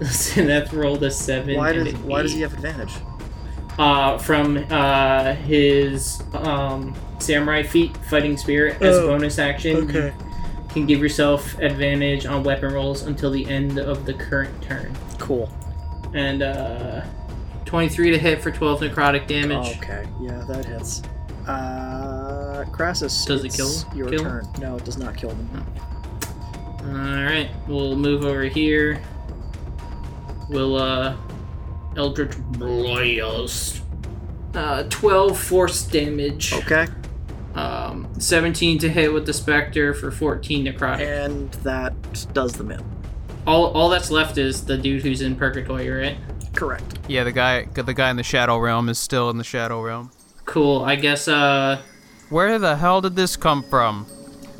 Syneth rolled a seven. why and does an why does he eight. have advantage? Uh, from uh, his um, samurai feat, fighting spirit as Oh, bonus action. you Can give yourself advantage on weapon rolls until the end of the current turn. Cool. And uh, 23 to hit for 12 necrotic damage. Okay. Yeah, that hits. Uh, Crassus. Does it it's kill- Your kill? turn. No, it does not kill them. All right, we'll move over here. We'll uh, Eldritch Blast. Uh, 12 force damage. Okay. Um, 17 to hit with the Spectre for 14 necrotic. And that does them in. All, all that's left is the dude who's in Purgatory, right? Correct. Yeah, the guy the guy in the shadow realm is still in the shadow realm. Cool. I guess uh, Where the hell did this come from?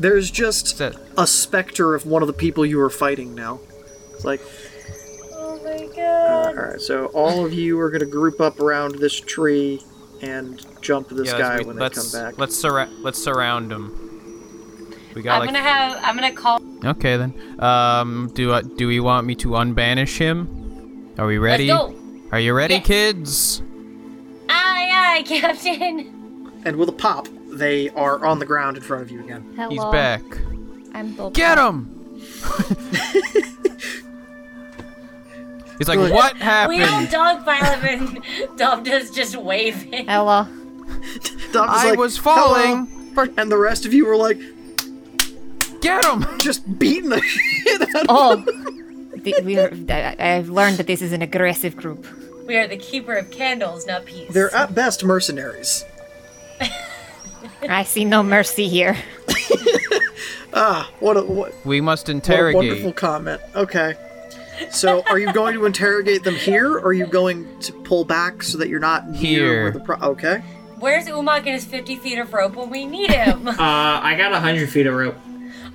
There's just That's it. a specter of one of the people you were fighting now. It's like, Oh my uh, god. alright, so all of you are going to group up around this tree and jump this Yeah, guy let's, when they let's, come back. Let's surra- let's surround him. We got I'm like gonna have I'm gonna call okay then. Um, do I, do we want me to unbanish him? Are we ready? Let's go. Are you ready, Yes. kids? Aye aye, Captain. And with a pop, they are on the ground in front of you again. Hello. He's back. I'm Bulba. Get him! He's like, what We all happened? dogpile him and Dobda's just waving. Hello. Doc is I like, was falling. "Hello," And the rest of you were like, Get him! just beating the shit out of Oh. Th- we are, I, I- I've learned that this is an aggressive group. We are the keeper of candles, not peace. They're at best mercenaries. I see no mercy here. What a, what, We must what a wonderful interrogate. comment. Okay. So, are you going to interrogate them here, or are you going to pull back so that you're not near Here. where the pro- okay? Where's Umak and his 50 feet of rope when we need him? uh, I got 100 feet of rope.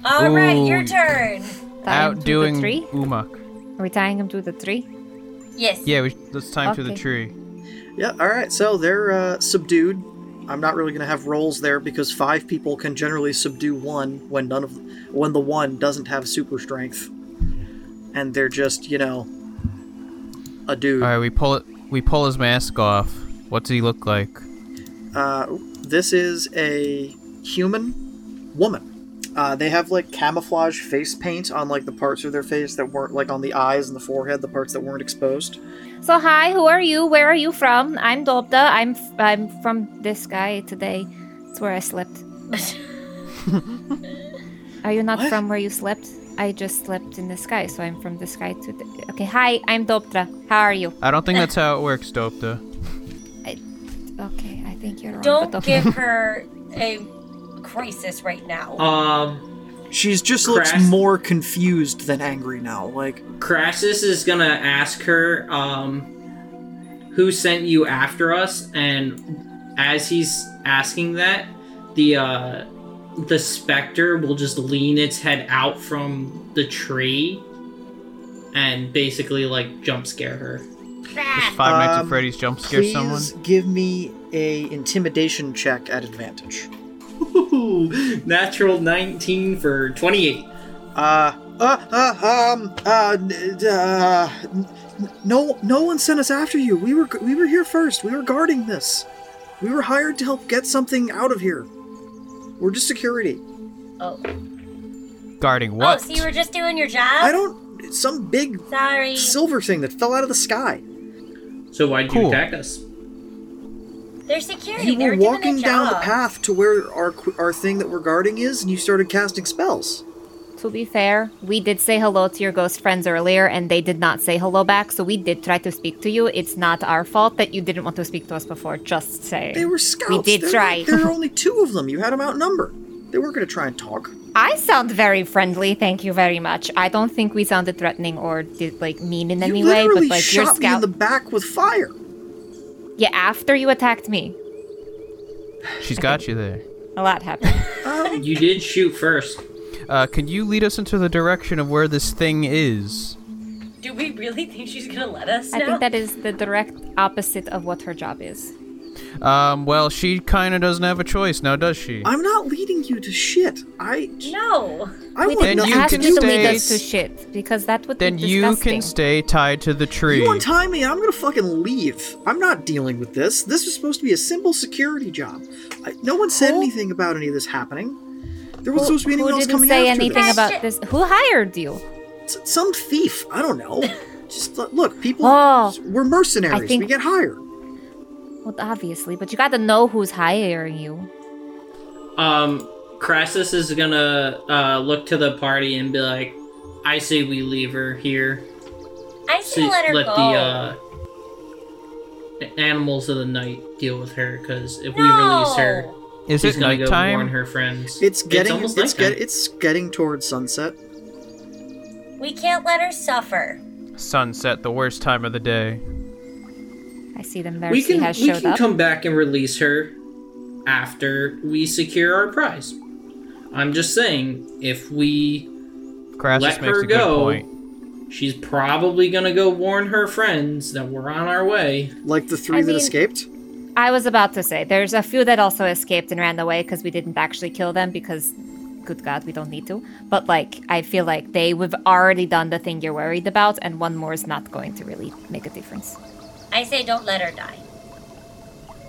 All right, your Ooh. turn. Tie him to Outdoing the tree? Umak. Are we tying him to the tree? Yes. Yeah, we, let's time to the Okay. tree. Yeah. All right. So they're uh, subdued. I'm not really going to have roles there because five people can generally subdue one when none of when the one doesn't have super strength, and they're just you know a dude. All right, we pull it. We pull his mask off. What does he look like? Uh, this is a human woman. Uh, they have like camouflage face paint on like the parts of their face that weren't like on the eyes and the forehead, the parts that weren't exposed. So hi, who are you? Where are you from? I'm Dobda. I'm f- I'm from this guy today. It's where I slept. are you not What? from where you slept? I just slept in the sky, so I'm from the sky today. Okay, hi, I'm Dobda. How are you? I don't think that's how it works, Dopta. Okay, I think you're wrong. Don't but okay. give her a crisis right now. Oh. Um, She's just looks Crass. more confused than angry now. Like, Crassus is gonna ask her um, who sent you after us, and as he's asking that, the uh, the specter will just lean its head out from the tree and basically like jump scare her. Oh. Five Nights Um, at Freddy's jump scare Please someone. give me a intimidation check at advantage. Ooh, natural 19 for 28. Uh, uh, uh um, uh, n- uh, n- no, no one sent us after you. We were, we were here first. We were guarding this. We were hired to help get something out of here. We're just security. Oh. Guarding what? Oh, so you were just doing your job? I don't. Some big Sorry. silver thing that fell out of the sky. So why'd you Cool. attack us? They're security. You they were doing walking their down the job. path to where our qu- our thing that we're guarding is, and you started casting spells. To be fair, we did say hello to your ghost friends earlier and they did not say hello back, so we did try to speak to you. It's not our fault that you didn't want to speak to us before, just saying. They were scouts. We did there, try. There were only two of them. You had them outnumbered. They weren't going to try and talk. I sound very friendly, thank you very much. I don't think we sounded threatening or did, like mean in any you way, literally but like your shot me in scout. the back with fire. Um, Yeah, after you attacked me, She's got you there. a lot happened. You did shoot first. Uh, can you lead us into the direction of where this thing is? Do we really think she's gonna let us? I now? think that is the direct opposite of what her job is. Um, well, she kind of doesn't have a choice now, does she? I'm not leading you to shit. I No. I we want didn't Then nothing you ask can you to stay- lead us to shit because that would Then be you disgusting. can stay tied to the tree. You untie me, and I'm gonna fucking leave. I'm not dealing with this. This was supposed to be a simple security job. I, no one said anything about any of this happening. There was supposed to be anyone who else didn't coming say after anything this. about this? Who hired you? S- some thief. I don't know. Just l- look, people. Oh. we're mercenaries. I think- We get hired. Well, obviously, but you gotta know who's hiring you. Um, Crassus is gonna uh, look to the party and be like, I say we leave her here. I So say let her go. the uh, the animals of the night deal with her because if no. we release her, Is she's it gonna go warn nighttime? her friends. It's getting. It's, almost nighttime. get, it's getting towards sunset. We can't let her suffer. Sunset, the worst time of the day. I see them there. we She can has we showed can up. come back and release her after we secure our prize. I'm just saying, if we Crassus Let makes her a good go. point. She's probably gonna go warn her friends that we're on our way. Like the three I that mean- escaped. I was about to say there's a few that also escaped and ran away because we didn't actually kill them because, good God, we don't need to. But like, I feel like they we've already done the thing you're worried about, and one more is not going to really make a difference. I say don't let her die.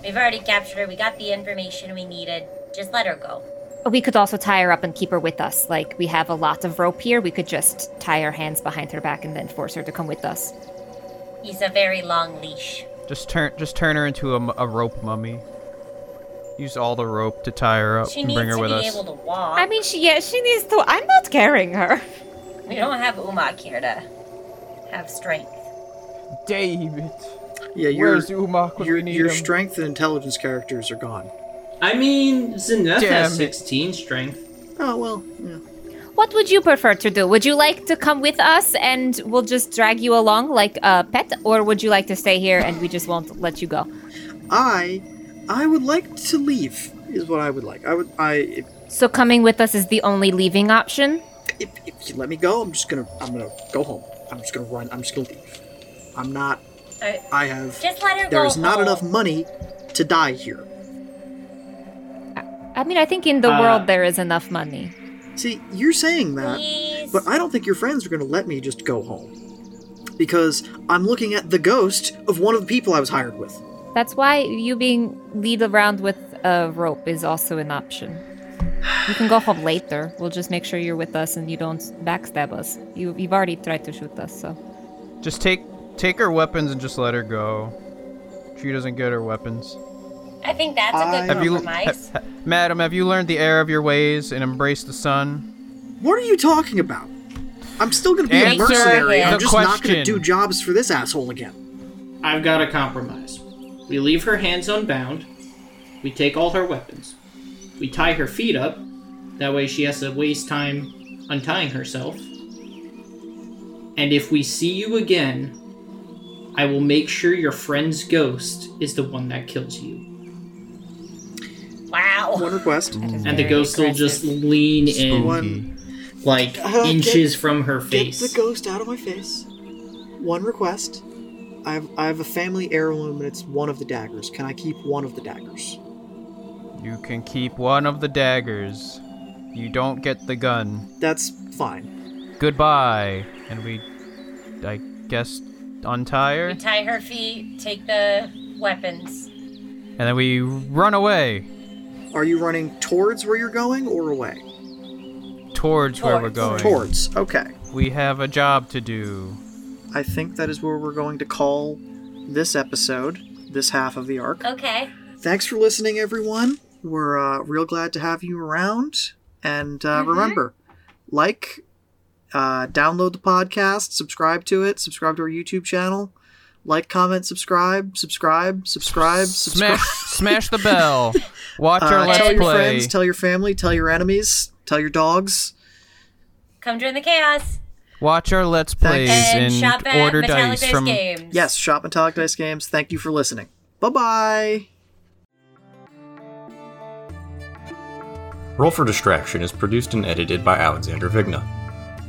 We've already captured her. We got the information we needed. Just let her go. We could also tie her up and keep her with us. Like we have a lot of rope here. We could just tie her hands behind her back and then force her to come with us. He's a very long leash. Just turn, just turn her into a, m- a rope mummy. Use all the rope to tie her up She and needs Oh, bring her to with be us. able to walk. I mean, she yeah, she needs to. I'm not carrying her. we don't have Umak here to have strength. David, Yeah, your Umak your, your strength and intelligence characters are gone. I mean, Zeneth Damn it. has 16 strength. Oh well. Yeah. What would you prefer to do? Would you like to come with us and we'll just drag you along like a pet, or would you like to stay here and we just won't let you go? I, I would like to leave. Is what I would like. I would. I. If, So coming with us is the only leaving option. if, if you let me go, I'm just gonna. I'm gonna go home. I'm just gonna run. I'm just gonna leave. I'm not. Uh, I- I have. Just let her go. There is not home. enough money to die here. I mean, I think in the Uh, world there is enough money. See, you're saying that, Please. but I don't think your friends are gonna let me just go home, because I'm looking at the ghost of one of the people I was hired with. That's why you being lead around with a rope is also an option. You can go home later. We'll just make sure you're with us and you don't backstab us. You, you've already tried to shoot us, so. Just take, take her weapons and just let her go. She doesn't get her weapons. I think that's a good I- Have you, compromise. ha- ha- madam? Have you learned the error of your ways and embraced the sun? What are you talking about? I'm still gonna be a Answer mercenary. the I'm just not gonna question. do jobs for this asshole again. I've got a compromise. We leave her hands unbound. We take all her weapons. We tie her feet up. That way she has to waste time untying herself. And if we see you again, I will make sure your friend's ghost is the one that kills you. wow. One request. And the ghost will just lean in, One. like Uh, get- inches from her Get face. the ghost out of my face. One request. I have, I have a family heirloom and it's one of the daggers. Can I keep one of the daggers? You can keep one of the daggers. You don't get the gun. That's fine. Goodbye. And we, I guess, untie her? We tie her feet, take the weapons. And then we run away Are you running towards where you're going or away? towards where we're Towards. going. Towards. Okay. We have a job to do. I think that is where we're going to call this episode, this half of the arc. Okay. Thanks for listening, everyone. We're uh, real glad to have you around. And uh, remember, like, uh, download the podcast, subscribe to it, subscribe to our YouTube channel, like, comment, subscribe, subscribe, subscribe, subscribe. Smash, smash the bell. Watch Uh, our let's tell your play. friends, tell your family, tell your enemies, tell your dogs. Come join the chaos Watch our let's plays and and, shop at order Metallic dice Dice from. Games. Yes, shop Metallic Dice Games. Thank you for listening. Bye bye. Roll for Distraction is produced and edited by Alexander Vigna.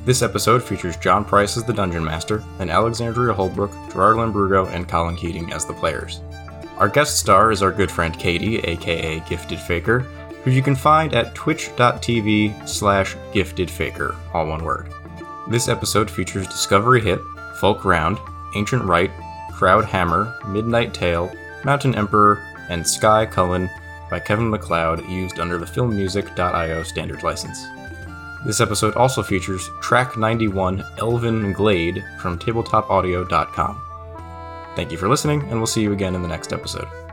This episode features John Price as the Dungeon Master, and Alexandria Holbrook, Gerard Lambrugo, and Colin Keating as the players. Our guest star is our good friend Katie, aka Gifted Faker, who you can find at twitch.tv slash giftedfaker, all one word. This episode features Discovery Hit, Folk Round, Ancient Rite, Crowd Hammer, Midnight Tale, Mountain Emperor, and Sky Cullen by Kevin McLeod, used under the filmmusic.io standard license. This episode also features track 91 Elvin Glade from tabletopaudio.com. Thank you for listening, and we'll see you again in the next episode.